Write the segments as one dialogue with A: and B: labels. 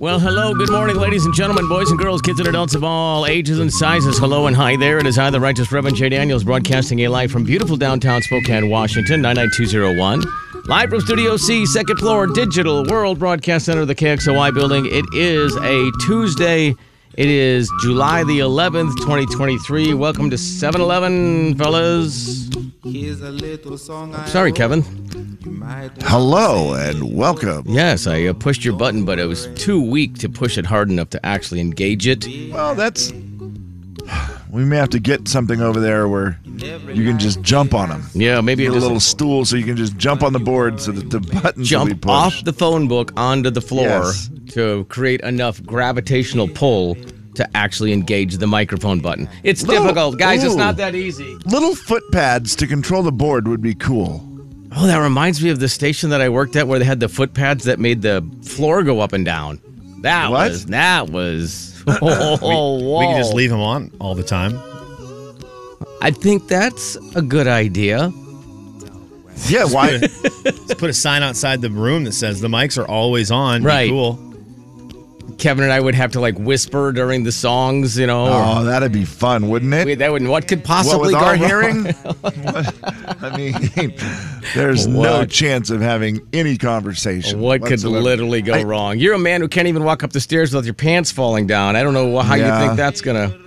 A: Well, hello, good morning, ladies and gentlemen, boys and girls, kids and adults of all ages and sizes. Hello and hi there. It is I, the Righteous Reverend Jay Daniels, broadcasting a live from beautiful downtown Spokane, Washington, 99201. Live from Studio C, second floor, Digital World Broadcast Center, the KXOY building. It is a Tuesday. It is July the 11th, 2023. Welcome to 7 Eleven, fellas.
B: Here's a little song I
A: Sorry, Kevin.
C: Hello and welcome.
A: Yes, I uh, pushed your button, but it was too weak to push it hard enough to actually engage it.
C: Well, that's. We may have to get something over there where you can just jump on them.
A: Yeah, maybe
C: Get
A: it
C: a
A: just-
C: little stool so you can just jump on the board so that the buttons will be
A: jump
C: pushed.
A: off the phone book onto the floor
C: Yes.
A: to create enough gravitational pull to actually engage the microphone button. It's
C: Little-
A: difficult, guys. It's
C: ooh.
A: not that easy.
C: Little foot pads to control the board would be cool.
A: Oh, that reminds me of the station that I worked at where they had the foot pads that made the floor go up and down. That
C: What?
A: was that was. Oh,
D: We can just
A: whoa.
D: leave them on all the time.
A: I think that's a good idea.
C: Yeah, why?
D: Just put a sign outside the room that says the mics are always on. Be
A: Right.
D: cool.
A: Kevin and I would have to like whisper during the songs, you know. or-
C: oh, that'd be fun, wouldn't
A: Wait,
C: it?
A: that wouldn't. What could
C: What
A: possibly
C: with
A: go
C: our
A: wrong?
C: hearing? I mean, there's no
A: What?
C: chance of having any conversation.
A: What could
C: whatsoever.
A: literally go
C: I-
A: wrong? You're a man who can't even walk up the stairs without your pants falling down. I don't know how you
C: Yeah.
A: think that's gonna.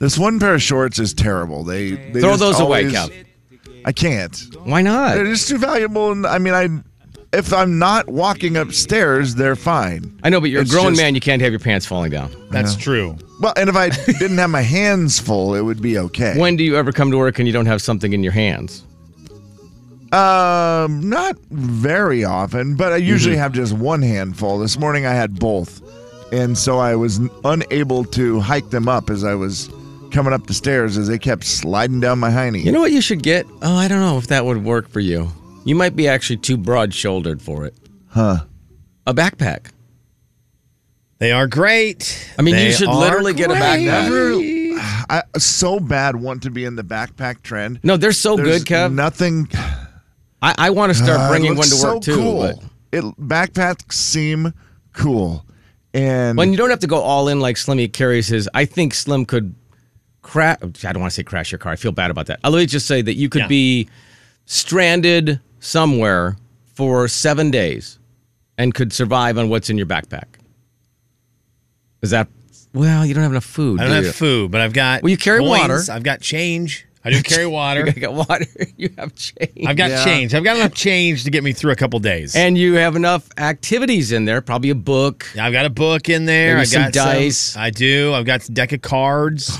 C: This one pair of shorts is terrible. They, they
A: Throw
C: just
A: those away,
C: always-
A: Kev.
C: I can't.
A: Why
C: They're
A: not?
C: just too valuable. And I mean, I if I'm not walking upstairs, they're fine.
A: I know, but you're a
C: It's
A: grown
C: just-
A: man. You can't have your pants falling down.
D: That's true.
C: Well, and if I didn't have my hands full, it would be okay.
A: When do you ever come to work and you don't have something in your hands?
C: um, not very often, but I usually
A: Mm-hmm.
C: have just one hand full. This morning I had both, and so I was n- unable to hike them up as I was coming up the stairs as they kept sliding down my hiney.
A: You know what you should get? Oh, I don't know if that would work for you. You might be actually too broad-shouldered for it.
C: huh?
A: A backpack.
D: They are great.
A: I mean, you
D: They
A: should
D: are
A: literally get a
D: great.
A: backpack.
C: I so bad want to be in the backpack trend.
A: No, they're so
C: There's
A: good, Kev.
C: Nothing.
A: I, I want to start
C: Uh, it
A: bringing one
C: looks
A: to work
C: so
A: too.
C: Cool.
A: But
C: It backpacks seem cool, and
A: When you don't have to go all in like Slimmy carries his, I think Slim could crash. I don't want to say crash your car. I feel bad about that. I'll let me just say that you could
D: Yeah.
A: be stranded somewhere for seven days and could survive on what's in your backpack. Is that well? You don't have enough food.
D: I
A: do
D: don't
A: you?
D: have food, but I've got.
A: Well, you carry
D: coins.
A: water.
D: I've got change. I do carry water.
A: You got water. You have change.
D: I've got
C: Yeah.
D: change. I've got enough change to get me through a couple days.
A: and you have enough activities in there. Probably a book.
D: I've got a book in there.
A: Maybe
D: I
A: some
D: got
A: dice.
D: I do. I've got a deck of cards.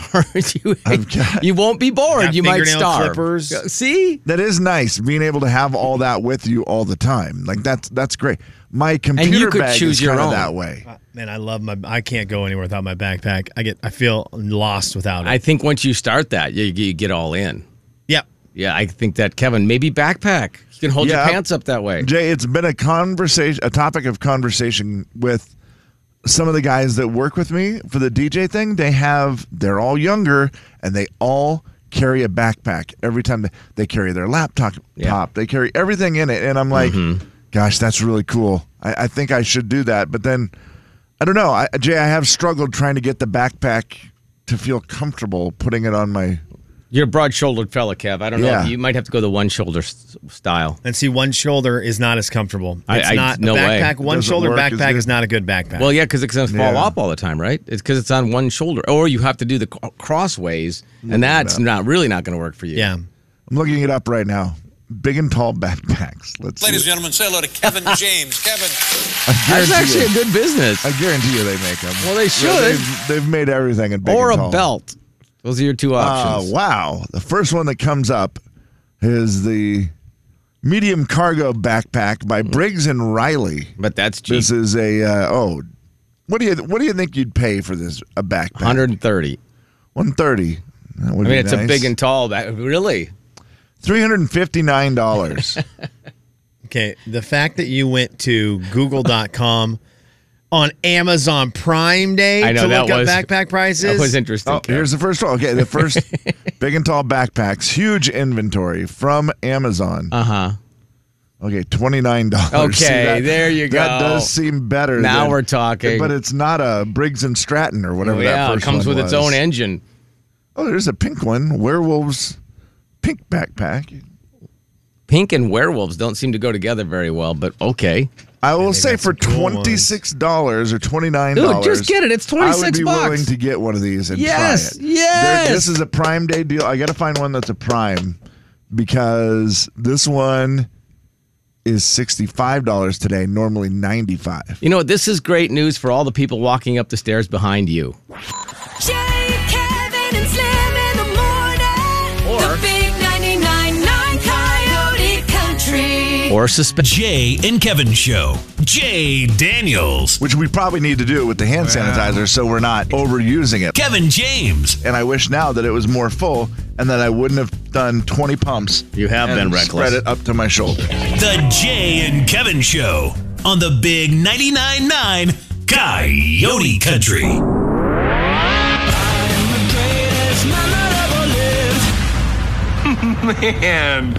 A: you,
C: I've got-
A: you won't be bored.
D: Got
A: You might
D: fingernail
A: starve.
D: clippers.
A: See,
C: that is nice being able to have all that with you all the time. Like that's that's great. My computer
A: could
C: bag
A: choose
C: is
A: your
C: kinda
A: own.
C: that way.
D: Man, I love my. I can't go anywhere without my backpack. I get. I feel lost without it.
A: I think once you start that, you, you get all in.
D: yep.
A: Yeah, I think that Kevin maybe backpack. You can hold
C: Yeah.
A: your pants up that way.
C: Jay, it's been a conversation, a topic of conversation with some of the guys that work with me for the DJ thing. They have, they're all younger, and they all carry a backpack every time they, they carry their laptop.
A: Yeah.
C: Top, they carry everything in it, and I'm like, gosh, that's really cool. I, I think I should do that, but then I don't know. I, Jay, I have struggled trying to get the backpack to feel comfortable putting it on my.
A: You're a broad-shouldered fella, Kev. I don't know.
C: Yeah.
A: if You might have to go the one-shoulder s- style.
D: And see, one shoulder is not as comfortable.
A: I-
D: It's
A: I-
D: not
A: no
D: a
A: way.
D: backpack.
A: It
D: One
C: doesn't
D: shoulder
C: work as
D: backpack
C: good.
D: is not a good backpack.
A: Well, yeah, because it's going to fall
C: Yeah.
A: off all the time, right? It's because it's on one shoulder, or you have to do the
C: Mm,
A: c- crossways, and that's not really not going to work for you.
D: yeah.
C: I'm looking it up right now. big and tall backpacks.
E: Ladies
C: Let's
E: and
C: see. it.
E: gentlemen, say hello to Kevin James. Kevin.
C: I
A: That's
C: guarantee
A: actually
C: you-
A: a good business.
C: I guarantee you they make them.
A: Well, they should.
C: They've, they've made everything in big
A: Or
C: and
A: a
C: tall.
A: belt. Those are your two
C: Uh,
A: options.
C: wow. The first one that comes up is the medium cargo backpack by
A: Hmm.
C: Briggs and Riley.
A: but that's cheap.
C: This is a uh, oh, what do you what do you think you'd pay for this a backpack?
A: 130.
C: one thirty. I mean,
A: I mean, it's a big and tall back. Really?
C: three hundred and fifty nine dollars.
D: Okay, the fact that you went to Google.com on Amazon Prime Day
A: I know,
D: to
A: that
D: look up
A: was-
D: backpack prices.
A: That was interesting.
C: oh,
A: Kev.
C: here's the first one. Okay, the first big and tall backpacks, huge inventory from Amazon. Uh
A: Uh-huh.
C: huh. Okay, twenty nine dollars.
A: Okay, there you
C: That
A: go.
C: does seem better.
A: Now
C: than-
A: we're talking.
C: But it's not a Briggs and Stratton or whatever that
A: Oh, yeah, it
C: first
A: comes
C: one
A: with its
C: was.
A: own engine.
C: Oh, there's a pink one. Werewolves pink backpack.
A: Pink and werewolves don't seem to go together very well, but okay.
C: I will say
D: got
C: for
D: some cool ones.
C: twenty six dollars or twenty nine
A: Dude,
C: dollars.
A: just get it. It's
C: I would
A: 26
C: be
A: bucks.
C: willing to get one of these and
A: Yes,
C: try it.
A: yes.
C: There- this is a Prime Day deal. I got to find one that's a Prime because this one is sixty five dollars today. Normally ninety five.
A: You know, what? this is great news for all the people walking up the stairs behind you.
F: Jay, Kevin, and Slim in the morning.
A: Or-
F: the big 99.9 Coyote Country.
A: Or suspend.
G: Jay and Kevin Show. Jay Daniels.
C: Which we probably need to do with the hand sanitizer so we're not overusing it.
G: Kevin James.
C: And I wish now that it was more full and that I wouldn't have done twenty pumps.
A: You have
C: and
A: been reckless.
C: Spread it up to my shoulder.
G: The Jay and Kevin Show on the Big 99.9 9 Coyote Country.
H: Man,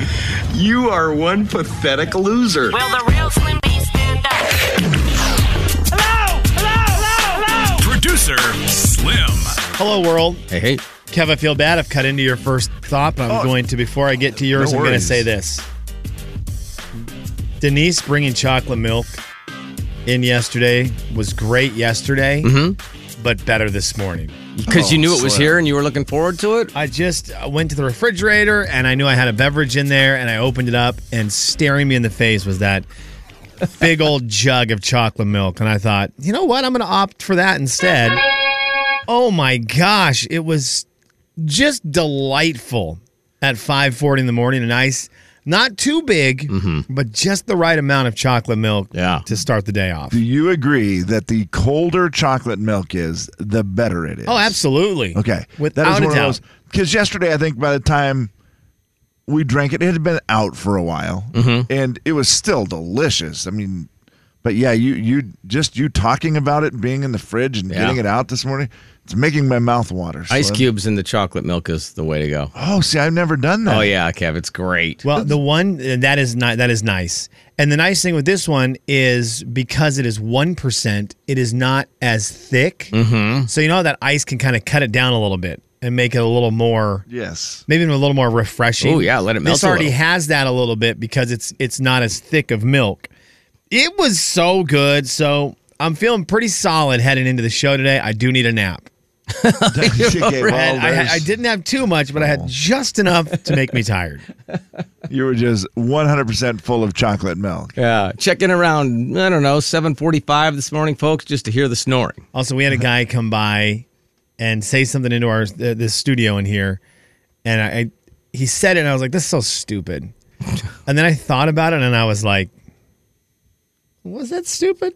H: you are one pathetic loser.
F: Will the real Slim B stand up? Hello! Hello! Hello! Hello!
G: Producer Slim.
D: Hello, world.
A: Hey, hey.
D: Kev, I feel bad. I've cut into your first thought, but I'm
C: Oh.
D: going to, before I get to yours,
C: No
D: I'm going to
C: worries.
D: say this. Denise bringing chocolate milk in yesterday was great yesterday,
C: Mm-hmm.
D: but better this morning.
A: Because you
C: Oh,
A: knew it was
C: slim.
A: here and you were looking forward to it?
D: I just I went to the refrigerator and I knew I had a beverage in there and I opened it up and staring me in the face was that big old jug of chocolate milk and I thought, "You know what? I'm going to opt for that instead." Oh my gosh, it was just delightful at 5:40 in the morning, a nice not too big, but just the right amount of chocolate milk
A: Yeah.
D: to start the day off.
C: Do you agree that the colder chocolate milk is, the better it is?
D: Oh, absolutely.
C: Okay.
D: Without a doubt.
C: Because yesterday, I think by the time we drank it, it had been out for a while,
A: Mm-hmm.
C: and it was still delicious. I mean, but yeah, you you just you talking about it being in the fridge and
A: Yeah.
C: getting it out this morning, it's making my mouth water.
A: Ice
C: Slim.
A: cubes and the chocolate milk is the way to go.
C: Oh, see, I've never done that.
A: Oh, yeah, Kev, it's great.
D: Well, the one uh, that is ni- that is nice, and the nice thing with this one is because it is one percent, it is not as thick. Mm-hmm. So you know how that ice can kind of cut it down a little bit and make it a little more,
C: Yes.
D: maybe even a little more refreshing.
A: Oh, yeah, let it melt
D: This
A: a
D: already
A: little.
D: has that a little bit because it's it's not as thick of milk. It was so good, so I'm feeling pretty solid heading into the show today. I do need a nap.
C: Okay, well,
D: I, had- I, had-
C: there's-
D: I didn't have too much, but I
A: Oh.
D: had just enough to make me tired.
C: You were just 100% full of chocolate milk.
A: Yeah, checking around. I don't know, seven forty-five this morning, folks, just to hear the snoring.
D: Also, we had a guy come by and say something into our th- this studio in here, and I, I he said it, and I was like, "This is so stupid." And then I thought about it, and I was like, "Was that stupid?"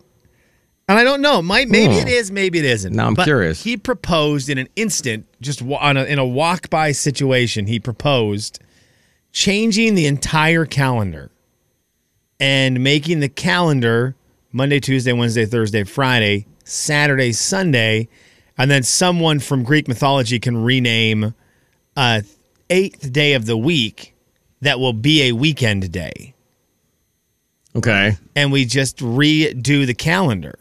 D: And I don't know. Might maybe it is, maybe it isn't.
A: Now I'm
D: But
A: curious.
D: He proposed in an instant, just wa- on a, in a walk by situation. He proposed changing the entire calendar and making the calendar Monday, Tuesday, Wednesday, Thursday, Friday, Saturday, Sunday, and then someone from Greek mythology can rename a eighth day of the week that will be a weekend day,
A: Okay,
D: and we just redo the calendar.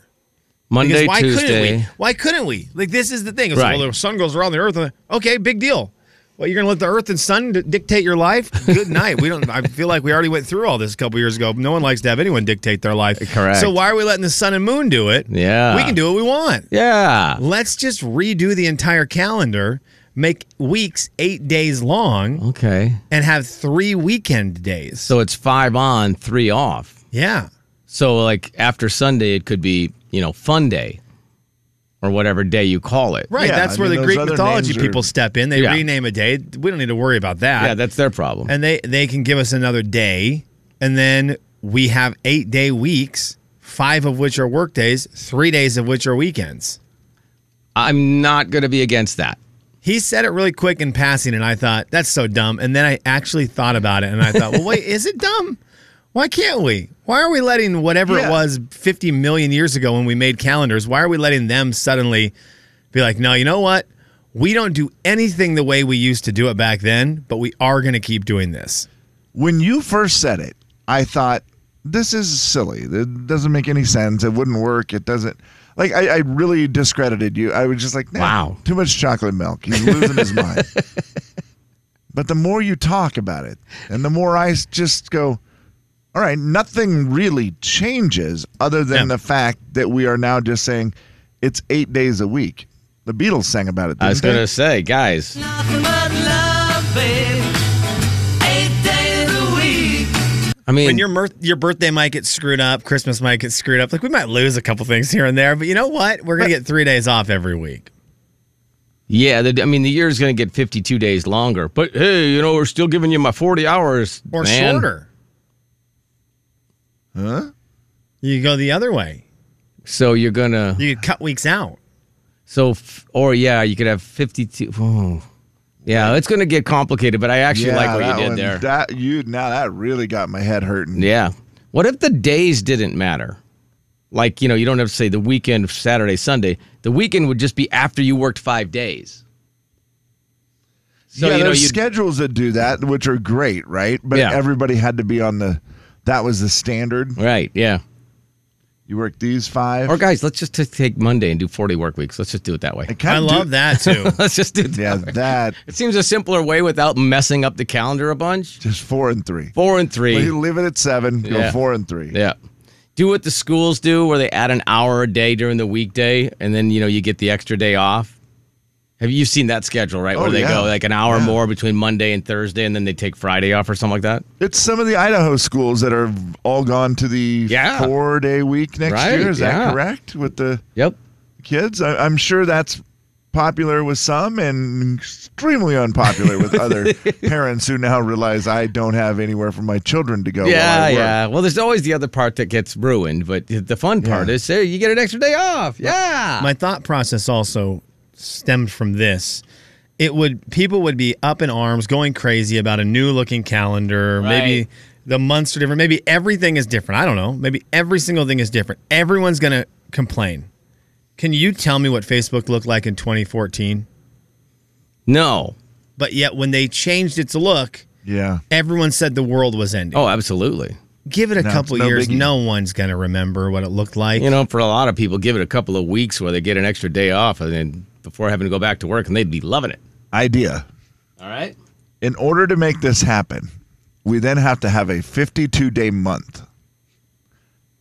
D: Because
A: Monday,
D: why couldn't we?
A: Tuesday.
D: Why couldn't we? Like this is the thing. It's like,
A: Right.
D: well, the sun goes around the earth. Okay, big deal. Well, you're gonna let the earth and sun d- dictate your life? Good night. We don't. I feel like we already went through all this a couple years ago. No one likes to have anyone dictate their life.
A: Correct.
D: So why are we letting the sun and moon do it?
A: Yeah.
D: we can do what we want.
A: Yeah,
D: Let's just redo the entire calendar make weeks eight days long.
A: Okay.
D: And have three weekend days.
A: So it's five on, three off.
D: Yeah.
A: So like after Sunday, it could be you know Fun Day, or whatever day you call it.
D: Right. that's where the Greek mythology people step in. They
A: Yeah.
D: rename a day. We don't need to worry about that.
A: Yeah, that's their problem.
D: and they they can give us another day, and then we have eight day weeks, five of which are work days, three days of which are weekends.
A: I'm not going to be against that.
D: He said it really quick in passing, and I thought that's so dumb. And then I actually thought about it, and I thought, well, wait, is it dumb? Why can't we? Why are we letting whatever it was 50 million years ago when we made calendars? Why are we letting them suddenly be like, no, you know what? We don't do anything the way we used to do it back then, but we are going to keep doing this.
C: When you first said it, I thought this is silly. It doesn't make any sense. It wouldn't work. It doesn't. Like I, I really discredited you. I was just like, nah, wow, too much chocolate milk. He's losing his mind. But the more you talk about it, and the more I s- just go, all right, nothing really changes other than the fact that we are now just saying it's eight days a week. The Beatles sang about it.
A: I was
C: didn't
A: going
C: they?
A: to say, guys, I mean,
D: when your mirth- your birthday might get screwed up, Christmas might get screwed up. Like we might lose a couple things here and there, but you know what? We're gonna get three days off every week.
A: yeah, the, I mean, the year's going to get 52 days longer, but hey, you know, we're still giving you my 40 hours
D: or
A: man.
D: shorter.
C: Huh?
D: You go the other way.
A: So you're going to
D: You could cut weeks out.
A: So, f- or yeah, you could have 52. Oh. Yeah, it's going to get complicated, but I actually
C: Yeah,
A: like what
C: that
A: you did
C: one-
A: there.
C: That you now that really got my head hurting.
A: yeah. What if the days didn't matter? Like, you know, you don't have to say the weekend, Saturday, Sunday. The weekend would just be after you worked five days. So,
C: yeah,
A: you know,
C: there's
A: you'd-
C: schedules that do that, which are great, right? But
A: Yeah.
C: everybody had to be on the. That was the standard.
A: Right. Yeah.
C: You work these five.
A: Or, guys, let's just t- take Monday and do 40 work weeks. Let's just do it that way.
C: kinda
D: I
C: do-
D: love that too.
A: let's just do it
C: Yeah,
A: that way.
C: that
A: It seems a simpler way without messing up the calendar a bunch.
C: just four and three.
A: Four and three.
C: You leave it at seven. Go
A: Yeah.
C: four and three.
A: Yeah. Do what the schools do where they add an hour a day during the weekday and then you know you get the extra day off. Have you seen that schedule, right?
C: Oh,
A: where they
C: yeah.
A: go like an hour
C: Yeah.
A: more between Monday and Thursday and then they take Friday off or something like that?
C: It's some of the Idaho schools that are all gone to the
A: Yeah.
C: four day week next
A: Right,
C: year. Is
A: yeah.
C: that correct with the
A: Yep.
C: kids? I, I'm sure that's popular with some and extremely unpopular with other parents who now realize I don't have anywhere for my children to go. while
A: yeah,
C: I work.
A: yeah. Well, there's always the other part that gets ruined, but the fun part is hey, you get an extra day off. Yeah.
D: My thought process also stemmed from this. It would people would be up in arms, going crazy about a new looking calendar. Maybe
A: Right.
D: the months are different. Maybe everything is different. I don't know. Maybe every single thing is different. Everyone's gonna complain. Can you tell me what Facebook looked like in 2014?
A: no.
D: But yet, when they changed its look,
C: Yeah.
D: everyone said the world was ending.
A: Oh, absolutely.
D: Give it a
C: No, it's
D: couple
C: no
D: years.
C: biggie.
D: No one's gonna remember what it looked like.
A: You know, for a lot of people, give it a couple of weeks where they get an extra day off and then before having to go back to work and they'd be loving it.
C: Idea.
A: All right.
C: In order to make this happen, we then have to have a 52 day month.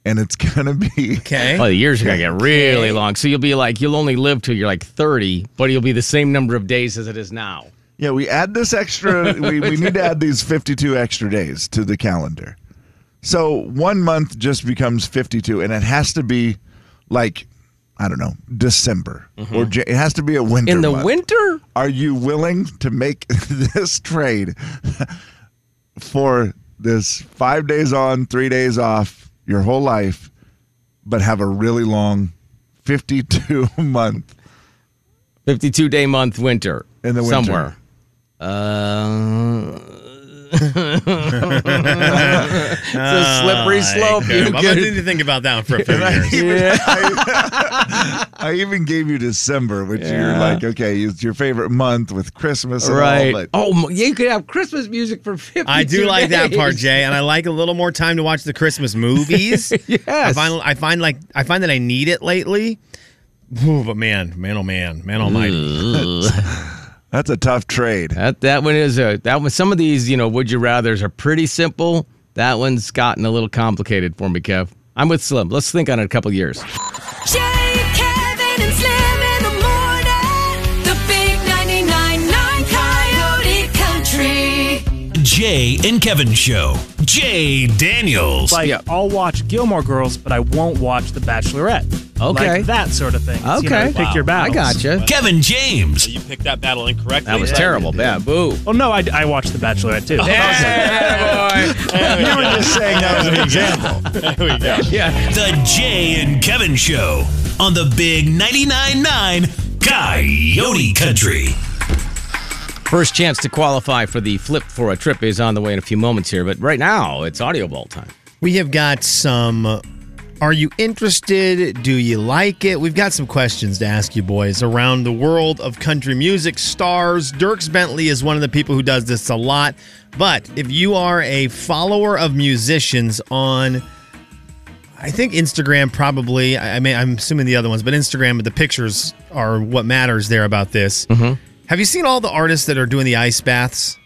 C: And it's going to be.
D: Eh? okay.
A: Oh, the years are gonna get really long. So you'll be like, you'll only live till you're like 30, but you'll be the same number of days as it is now.
C: Yeah, we add this extra. we, we need to add these 52 extra days to the calendar. So one month just becomes 52, and it has to be like, I don't know, December. or ja It has to be a winter.
A: In the
C: month.
A: winter?
C: Are you willing to make this trade for this five days on, three days off, your whole life, but have a really long 52 month?
A: 52 day month winter.
C: In the winter.
A: Somewhere. Uh, it's a slippery slope.
D: Okay,
A: You
D: I'm
A: get
D: gonna
A: it.
D: need to think about that one for a few years.
C: I even gave you December, which you're like, okay, it's your favorite month with Christmas and
A: Right.
C: all, but
A: oh, m- yeah, you could have Christmas music for 50.
D: I do like that part, Jay, and I like a little more time to watch the Christmas movies.
A: Yes.
D: I find I find like I find that I need it lately. Ooh, but man, man, oh man, man almighty.
C: that's a tough trade.
A: That that one is a that one. Some of these, you know, would you rather's are pretty simple. That one's gotten a little complicated for me, Kev. I'm with Slim. Let's think on it a couple years.
F: Jay, Kevin, and Slim in the morning. The big 999
G: Jay and Kevin Show. Jay Daniels.
I: Like I'll watch Gilmore Girls, but I won't watch The Bachelorette.
G: Okay.
I: like that sort of thing. you know,
G: Okay.
I: pick your
G: Wow, I
I: battles.
G: gotcha. Kevin James.
I: you picked that battle incorrectly.
G: That was terrible.
A: Boo.
I: Well, no, I, I watched The Bachelorette too.
A: Yeah,
I: boy.
G: You were just saying that was an
I: example.
G: There we go. Yeah. The Jay and Kevin Show on the Big 99.9 Coyote Country.
A: First chance to qualify for the flip for a trip is on the way in a few moments here, but right now it's Audio Bowl time.
D: We have got some. uh, Are you interested? Do you like it? We've got some questions to ask you, boys. Around the world of country music stars, Dirks Bentley is one of the people who does this a lot. But if you are a follower of musicians on, I think Instagram probably, I I mean, I'm assuming the other ones, but Instagram, but the pictures are what matters there about this. Have you seen all the artists that are doing the ice baths?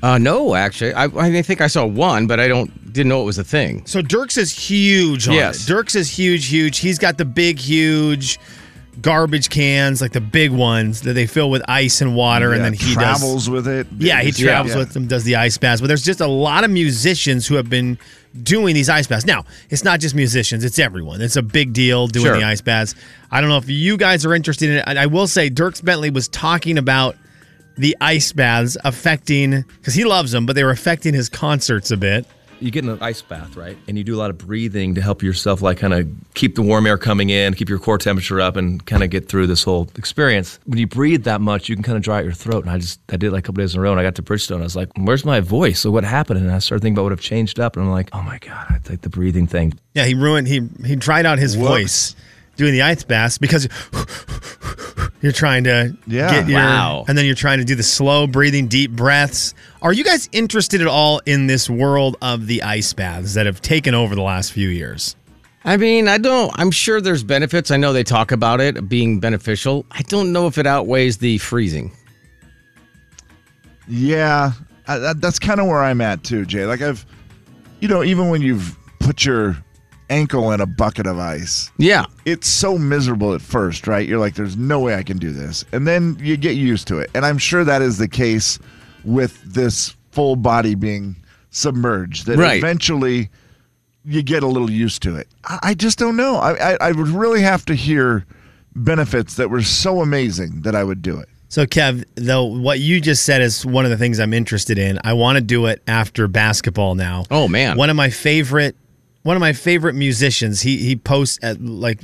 A: Uh, no, actually, I, I think I saw one, but I don't didn't know it was a thing.
D: So Dirks is huge on
A: Yes.
D: it. Dirks is huge, huge. He's got the big, huge garbage cans, like the big ones that they fill with ice and water, and
C: Yeah,
D: then he
C: travels
D: does,
C: with it.
D: Yeah, he
C: Yeah.
D: travels
C: Yeah.
D: with them, does the ice baths. But there's just a lot of musicians who have been doing these ice baths. Now, it's not just musicians; it's everyone. It's a big deal doing
A: Sure.
D: the ice baths. I don't know if you guys are interested in it. I I will say, Dirks Bentley was talking about the ice baths affecting because he loves them, but they were affecting his concerts a bit.
J: you get in an ice bath, right? And you do a lot of breathing to help yourself, like, kind of keep the warm air coming in, keep your core temperature up, and kind of get through this whole experience. When you breathe that much, you can kind of dry out your throat. And I just, I did it like a couple days in a row, and I got to Bridgestone. I was like, where's my voice? So what happened? And I started thinking about what I've changed up, and I'm like, oh my God, I like the breathing thing.
D: Yeah, he ruined he he dried out his voice doing the ice baths because you're trying to
C: Yeah.
D: get your,
C: Wow.
D: and then you're trying to do the slow breathing, deep breaths. Are you guys interested at all in this world of the ice baths that have taken over the last few years?
A: I mean, I don't. I'm sure there's benefits. I know they talk about it being beneficial. I don't know if it outweighs the freezing.
C: Yeah, I, that, that's kind of where I'm at too, Jay. Like I've, you know, even when you've put your ankle in a bucket of ice,
A: yeah,
C: it's so miserable at first, right? You're like, there's no way I can do this, and then you get used to it. And I'm sure that is the case with this full body being submerged. That
K: Right.
C: eventually you get a little used to it. I, I just don't know. I, I I would really have to hear benefits that were so amazing that I would do it.
D: So Kev, though what you just said is one of the things I'm interested in. I want to do it after basketball now.
A: Oh man.
D: One of my favorite one of my favorite musicians, he he posts at like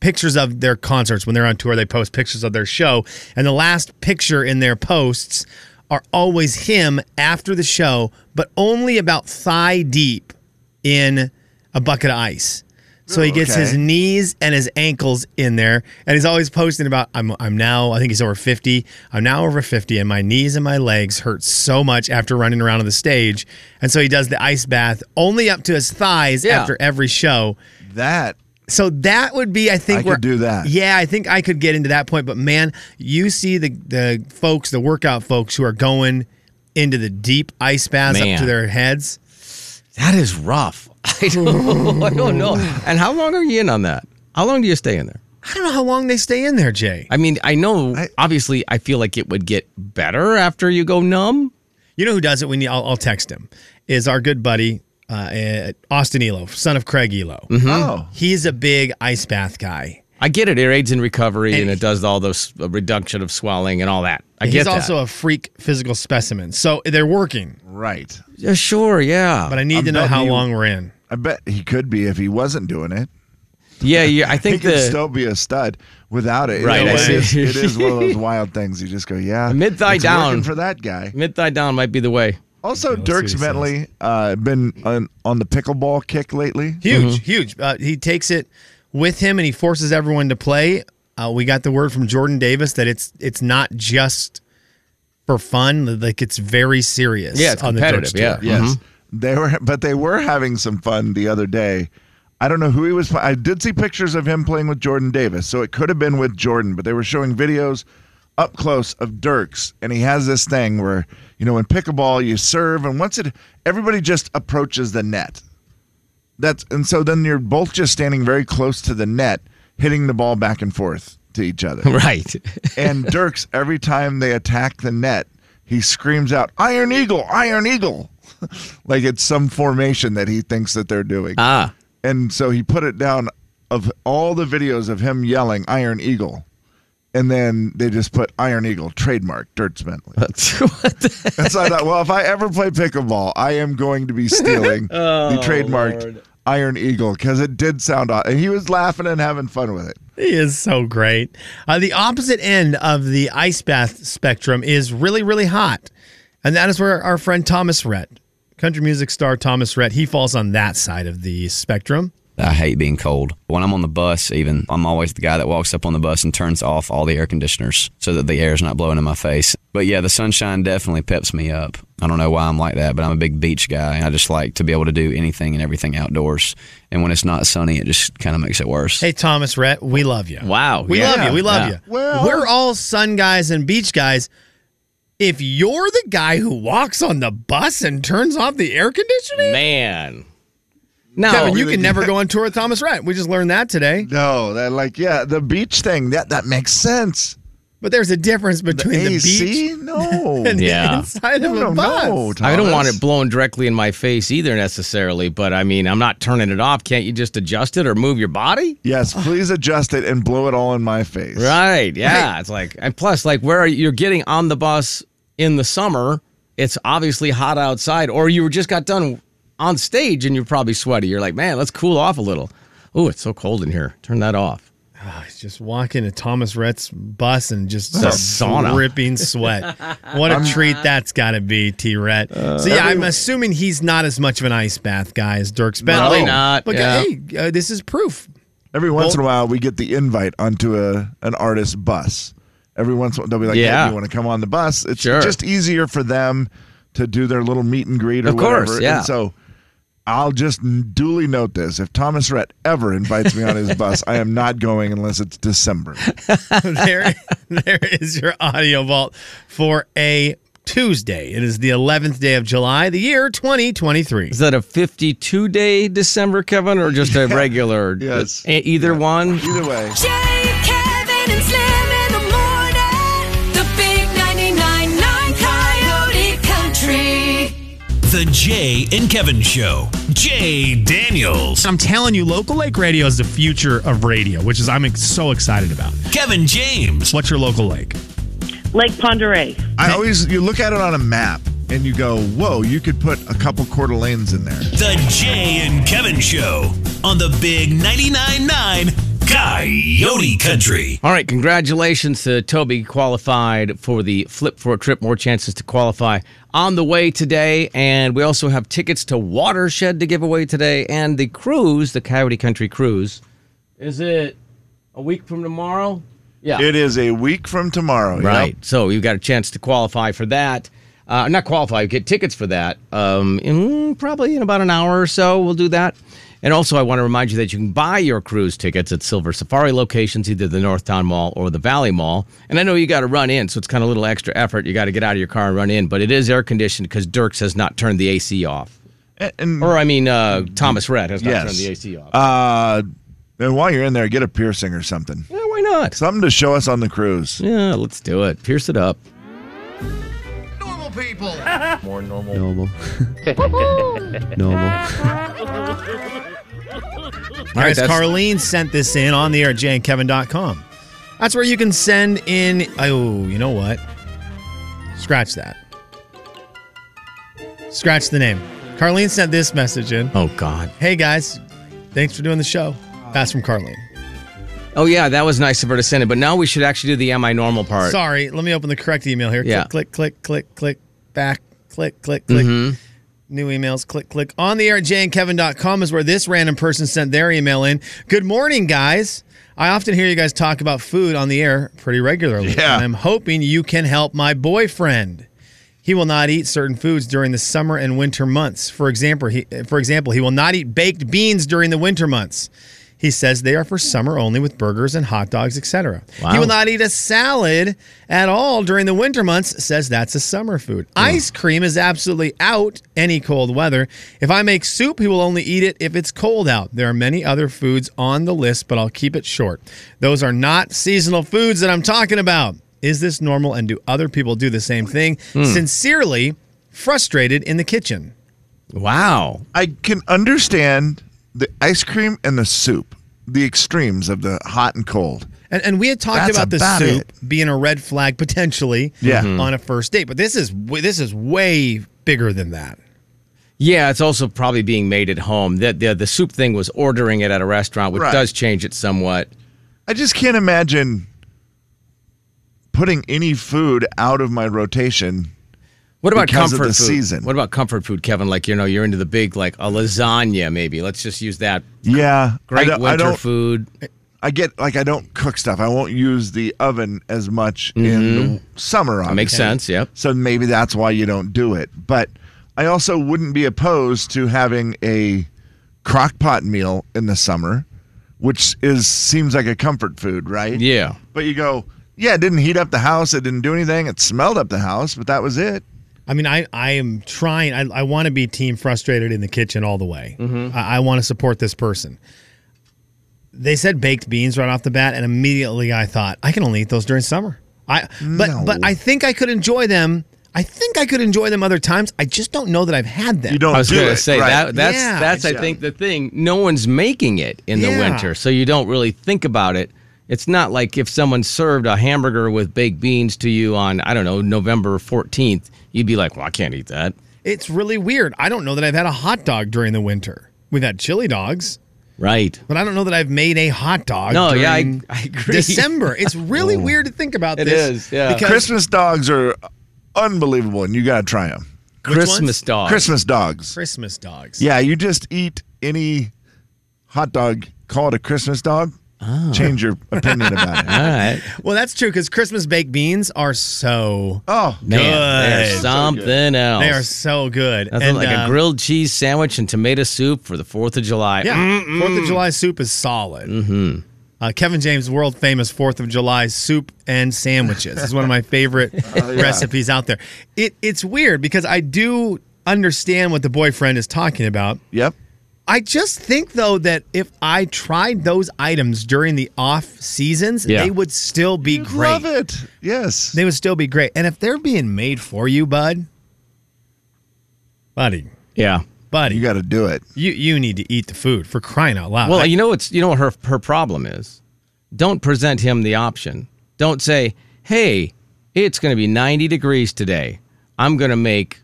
D: pictures of their concerts when they're on tour, they post pictures of their show, and the last picture in their posts are always him after the show, but only about thigh deep in a bucket of ice. So he gets his
K: Okay.
D: knees and his ankles in there, and he's always posting about I'm I'm now I think he's over fifty. I'm now over fifty, and my knees and my legs hurt so much after running around on the stage. And so he does the ice bath only up to his thighs
C: Yeah.
D: after every show.
C: That
D: so that would be I think
C: I could
D: where-
C: do that.
D: Yeah, I think I could get into that point. But man, you see the the folks, the workout folks who are going into the deep ice baths up
A: Man.
D: to their heads.
A: That is rough. I don't, I don't know. And how long are you in on that? How long do you stay in there?
D: I don't know how long they stay in there, Jay.
A: I mean, I know. obviously, I feel like it would get better after you go numb.
D: You know who does it? We need. I'll, I'll text him. Is our good buddy uh, uh, Austin Elo, son of Craig Elo.
A: Mhm. Oh.
D: he's a big ice bath guy.
A: I get it. It aids in recovery and, it does all those uh, reduction of swelling and all that. I
D: he's
A: get that.
D: also a freak physical specimen. So they're working.
C: Right.
A: Yeah, sure, yeah.
D: But I need
C: I'm
D: to know how
C: betting you-
D: long we're in.
C: I bet he could be if he wasn't doing it.
A: Yeah, yeah. I think
C: he could
A: the-
C: still be a stud without it.
A: Right,
C: It
A: I
C: is,
A: see.
C: it is one of those wild things. You just go, yeah.
A: Mid thigh
C: it's
A: down
C: working for that guy.
A: Mid thigh down might be the way.
C: Also, Dirks Bentley uh, been on, on the pickleball kick lately.
D: Huge, huge. Uh, he takes it with him and he forces everyone to play. Uh, we got the word from Jordan Davis that it's it's not just for fun. Like it's very serious. on the Dirks tour.
C: Yes. They were, but they were having some fun the other day. I don't know who he was. pl- I did see pictures of him playing with Jordan Davis, so it could have been with Jordan. But they were showing videos up close of Dirks, and he has this thing where you know in pickleball you serve, and once it everybody just approaches the net. That's and so then you're both just standing very close to the net, hitting the ball back and forth to each other.
A: Right.
C: and Dirks, every time they attack the net, he screams out, Iron Eagle, Iron Eagle. like it's some formation that he thinks that they're doing.
D: Uh,
A: Ah.
C: And so he put it down of all the videos of him yelling Iron Eagle. And then they just put Iron Eagle trademark Dirt Bentley.
A: That's
C: what. and so I thought, well, if I ever play pickleball, I am going to be stealing the
D: Oh,
C: trademarked
D: Lord.
C: Iron Eagle because it did sound odd. And he was laughing and having fun with it.
D: He is so great. Uh, the opposite end of the ice bath spectrum is really, really hot. And that is where our friend Thomas Rhett, country music star Thomas Rhett, he falls on that side of the spectrum.
K: I hate being cold. When I'm on the bus, even, I'm always the guy that walks up on the bus and turns off all the air conditioners so that the air is not blowing in my face. But yeah, the sunshine definitely peps me up. I don't know why I'm like that, but I'm a big beach guy. I just like to be able to do anything and everything outdoors. And when it's not sunny, it just kind of makes it worse.
D: Hey, Thomas Rhett, we love you.
A: Wow.
D: We love you. We love you. We're all sun guys and beach guys. If you're the guy who walks on the bus and turns off the air conditioning,
A: man. No.
D: Kevin, you can never go on tour with Thomas Rhett. We just learned that today.
C: No, that like yeah, the beach thing that that makes sense.
D: But there's a difference between the,
C: AC?
D: beach.
C: No.
D: and the
A: Yeah.
D: inside of
C: No,
D: a
C: no,
D: bus.
C: no,
A: I don't want it blown directly in my face either necessarily, but I mean, I'm not turning it off. Can't you just adjust it or move your body?
C: Yes, please adjust it and blow it all in my face.
A: Right. Yeah. It's like, and plus, like, where are you, you're getting on the bus in the summer, it's obviously hot outside, or you were just got done on stage and you're probably sweaty. You're like, man, let's cool off a little. Oh, it's so cold in here. Turn that off.
D: He's just walking to Thomas Rhett's bus and just
A: The
D: start
A: sauna.
D: dripping sweat. What a
A: I'm-
D: treat that's got to be, T Rhett. so, yeah, I'm
A: everyone-
D: assuming he's not as much of an ice bath guy as Dirk Bentley.
C: No. not,
D: But
C: yeah.
D: hey, uh, this is proof.
C: Every once in a while, we get the invite onto a an artist bus. Every once in a while, they'll be like,
D: Yeah.
C: "Hey, you want to come on the bus?" It's
D: Sure.
C: just easier for them to do their little meet and greet or
A: Of course,
C: whatever.
A: yeah.
C: And so I'll just duly note this: if Thomas Rhett ever invites me on his bus, I am not going unless it's December.
D: there, there is your audio vault for a Tuesday. It is the 11th day of July, the year 2023.
A: Is that a 52 day December, Kevin, or just a regular? Yes. Either one?
C: Either way.
F: Jay, Kevin, and Slim in the morning. The big 99.9 Coyote Country.
G: The Jay and Kevin Show. Jay Daniels.
L: I'm telling you, local lake radio is the future of radio, which is I'm ex- so excited about.
G: Kevin James.
L: What's your local lake?
M: Lake Ponderay.
C: I always you look at it on a map and you go, "Whoa, you could put a couple Coeur d'Alenes in there."
G: The Jay and Kevin Show on the Big 99.9 9 Coyote Country.
A: All right, congratulations to Toby qualified for the Flip for a Trip. More chances to qualify on the way today. And we also have tickets to Watershed to give away today and the cruise, the Coyote Country Cruise. Is it a week from tomorrow? Yeah.
C: It is a week from tomorrow. yep.
A: Right. So you've got a chance to qualify for that. Uh, not qualify, you get tickets for that. Um, in, probably in about an hour or so, we'll do that. And also, I want to remind you that you can buy your cruise tickets at Silver Safari locations, either the Northtown Mall or the Valley Mall. And I know you got to run in, so it's kind of a little extra effort. You got to get out of your car and run in, but it is air conditioned because Dirks has not turned the AC off. or, I mean, uh, Thomas Rhett has not turned the AC off.
C: Uh, and while you're in there, get a piercing or something. Yeah,
A: why not?
C: Something to show us on the cruise.
A: Yeah, let's do it. Pierce it up.
F: Normal people.
J: More normal.
A: Normal.
D: All right,
F: that's-
D: Carleen sent this in on the air at jankevin.com. That's where you can send in. Oh, you know what? Scratch that. Scratch the name. Carleen sent this message in.
A: Oh, God.
D: Hey, guys. Thanks for doing the show. That's from Carleen.
A: Oh, yeah, that was nice of her to send it, but now we should actually do the Am I Normal part.
D: Sorry. Let me open the correct email here.
A: Yeah.
D: Click, click, click, click, click, back, click, click, click.
A: Mhm.
D: New emails, click, click. On the air at jayandkevin.com is where this random person sent their email in. Good morning, guys. I often hear you guys talk about food on the air pretty regularly. Yeah. I'm hoping you can help my boyfriend. He will not eat certain foods during the summer and winter months. For example, he, for example, he will not eat baked beans during the winter months. He says they are for summer only with burgers and hot dogs, etc. He
A: Wow.
D: will not eat a salad at all during the winter months, says that's a summer food. Ice cream is absolutely out any cold weather. If I make soup, he will only eat it if it's cold out. There are many other foods on the list, but I'll keep it short. Those are not seasonal foods that I'm talking about. Is this normal and do other people do the same thing?
C: Hmm.
D: Sincerely, frustrated in the kitchen.
A: Wow.
C: I can understand the ice cream and the soup, the extremes of the hot and cold.
D: And, and we had talked
C: That's
D: about the
C: about
D: soup being a red flag potentially
C: Yeah. Mhm.
D: on a first date, but this is w- this is way bigger than that.
A: Yeah, it's also probably being made at home. The, the, the soup thing was ordering it at a restaurant, which
C: Right.
A: does change it somewhat.
C: I just can't imagine putting any food out of my rotation.
A: What about
C: because
A: comfort
C: of the
A: food?
C: season?
A: What about comfort food, Kevin? Like you know, you're into the big like a lasagna, maybe. Let's just use that.
C: Yeah,
A: Great
C: I don't, I
A: winter
C: don't-
A: food.
C: I get like I don't cook stuff. I won't use the oven as much in
A: Mhm.
C: the summer.
A: That makes
C: obviously.
A: sense, yep.
C: So maybe that's why you don't do it. But I also wouldn't be opposed to having a crock pot meal in the summer, which is seems like a comfort food, right?
A: Yeah.
C: But you go, yeah, it didn't heat up the house. It didn't do anything. It smelled up the house, but that was it.
D: I mean, I, I am trying. I, I want to be team frustrated in the kitchen all the way. I, I want to support this person. They said baked beans right off the bat, and immediately I thought I can only eat those during summer. I but but I think I could enjoy them. I think I could enjoy them other times. I just don't know that I've had them.
A: I was gonna say that. That's
D: Yeah,
A: that's I think the thing. No one's making it in the
D: Yeah.
A: winter, so you don't really think about it. It's not like if someone served a hamburger with baked beans to you on I don't know November 14th, you'd be like, well, I can't eat that.
D: It's really weird. I don't know that I've had a hot dog during the winter. We've had chili dogs,
A: Right.
D: but I don't know that I've made a hot dog.
A: No, yeah, I-
D: during
A: I agree.
D: December. It's really weird to think about
A: It
D: this.
A: is, yeah.
D: Because
C: Christmas dogs are unbelievable, and you got to try them.
D: Which ones? Christmas dogs.
C: Christmas dogs.
D: Christmas dogs.
C: Yeah, you just eat any hot dog, call it a Christmas dog,
A: Oh.
C: change your opinion about it.
A: All right.
D: Well, that's true because Christmas baked beans are so
C: oh
D: good.
A: Man, they're something else.
D: They are so good.
A: That's
D: And,
A: like
D: uh,
A: a grilled cheese sandwich and tomato soup for the Fourth of July.
D: Yeah, Fourth of July soup is solid.
A: Mm-hmm.
D: Uh, Kevin James' world famous Fourth of July soup and sandwiches is one of my favorite
A: yeah.
D: recipes out there. It it's weird because I do understand what the boyfriend is talking about.
C: Yep.
D: I just think though that if I tried those items during the off seasons,
C: Yeah.
D: they would still be great.
C: Love it. Yes.
D: They would still be great. And if they're being made for you, bud, buddy,
A: Yeah.
D: buddy, you
C: got to do it.
D: You you need to eat the food for crying out loud.
A: Well,
D: I-
A: you know what's you know what her her problem is. Don't present him the option. Don't say, "Hey, it's going to be 90 degrees today. I'm going to make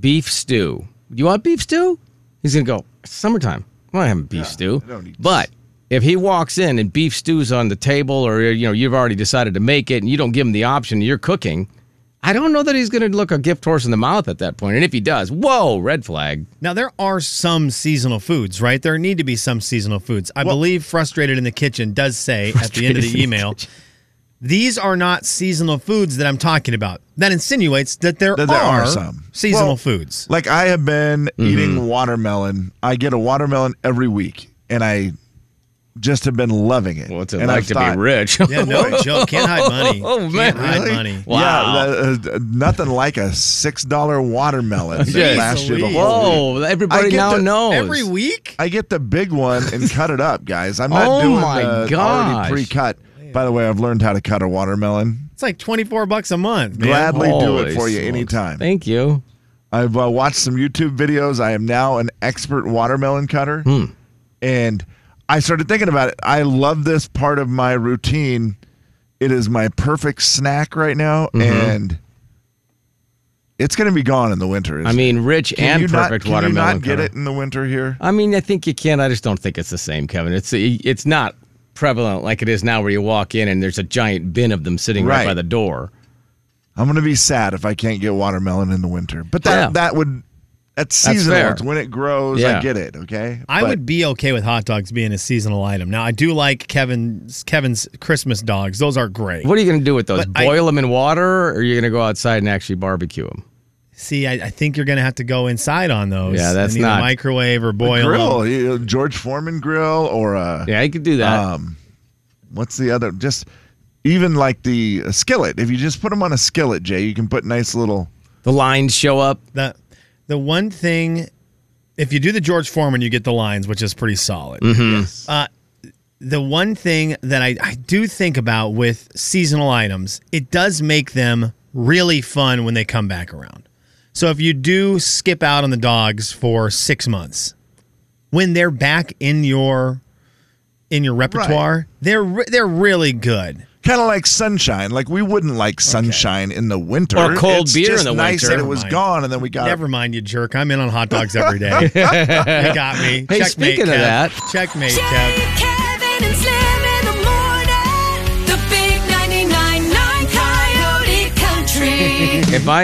A: beef stew. You want beef stew?" He's going to go, "It's "Summertime. I'm not having beef stew." But if he walks in and beef stew's on the table, or you know you've already decided to make it, and you don't give him the option, you're cooking. I don't know that he's going to look a gift horse in the mouth at that point. And if he does, whoa, red flag.
D: now there are some seasonal foods, right? There need to be some seasonal foods. I believe frustrated in the kitchen does say at the end
A: Frustrated
D: of
A: in the
D: the email. These are not seasonal foods that I'm talking about. That insinuates that there,
C: That there are some.
D: seasonal
C: Well,
D: foods.
C: Like I have been
A: Mm-hmm.
C: eating watermelon. I get a watermelon every week, and I just have been loving it. What's
A: it like to be rich?
D: Yeah, no joke. Can't hide money.
A: Oh, man.
D: Can't hide
A: Really?
D: money.
A: Wow.
C: Yeah, that- uh, nothing like a six dollar watermelon. that
A: Jeez
C: lasts you the
A: Louise.
C: whole
A: Whoa,
C: week.
A: everybody
C: I get
A: now
C: the-
A: knows. Every
D: week,
C: I get the big one and cut it up, guys. I'm not
D: Oh
C: doing
D: my
C: the
D: gosh.
C: already pre-cut. By the way, I've learned how to cut a watermelon.
D: It's like 24 bucks a month. Man.
C: Gladly do it for you anytime.
A: Thank you.
C: I've uh, watched some YouTube videos. I am now an expert watermelon cutter.
A: Hmm.
C: And I started thinking about it. I love this part of my routine. It is my perfect snack right now.
A: Mm-hmm.
C: And it's going to be gone in the winter.
A: I
C: isn't
A: mean,
C: it?
A: rich
C: Can
A: and
C: you not-
A: perfect
C: can you
A: watermelon.
C: not get
A: color.
C: it in the winter here?
A: I mean, I think you can. I just don't think it's the same, Kevin. It's it's not prevalent like it is now, where you walk in and there's a giant bin of them sitting right,
C: Right.
A: by the door.
C: I'm going to be sad if I can't get watermelon in the winter. But that,
A: Yeah.
C: that would, that's
D: That's
C: seasonal.
D: fair.
C: It's when it grows.
D: Yeah.
C: I get it. Okay.
D: I
C: But-
D: would be okay with hot dogs being a seasonal item. Now I do like Kevin's Kevin's Christmas dogs. Those are great.
A: What are you going to do with those?
D: But I-
A: Boil them in water, or are you going to go outside and actually barbecue them?
D: See, I, I think you're going to have to go inside on those.
A: Yeah, that's
D: and either
A: not-
D: microwave or boil.
C: A grill,
D: them.
C: you know, George Foreman grill, or a
A: yeah, I could do that.
C: Um, what's the other? Just even like the uh, skillet. If you just put them on a skillet, Jay, you can put nice little.
A: The lines show up.
D: The the one thing, if you do the George Foreman, you get the lines, which is pretty solid.
A: Mhm.
D: Uh, the one thing that I, I do think about with seasonal items, it does make them really fun when they come back around. So if you do skip out on the dogs for six months, when they're back in your in your repertoire, they're re- they're really good.
C: Kind of like sunshine. Like we wouldn't like sunshine in the winter
D: Or cold
C: It's
D: beer
C: just
D: in the
C: nice
D: winter.
C: That it
D: Never
C: was
D: mind.
C: gone, and then we got.
D: Never mind, you jerk. I'm in on hot dogs every day. you got me.
C: Hey,
D: Checkmate,
C: speaking of
D: Kev.
C: that-
D: checkmate, Kev.
F: Kevin and Slim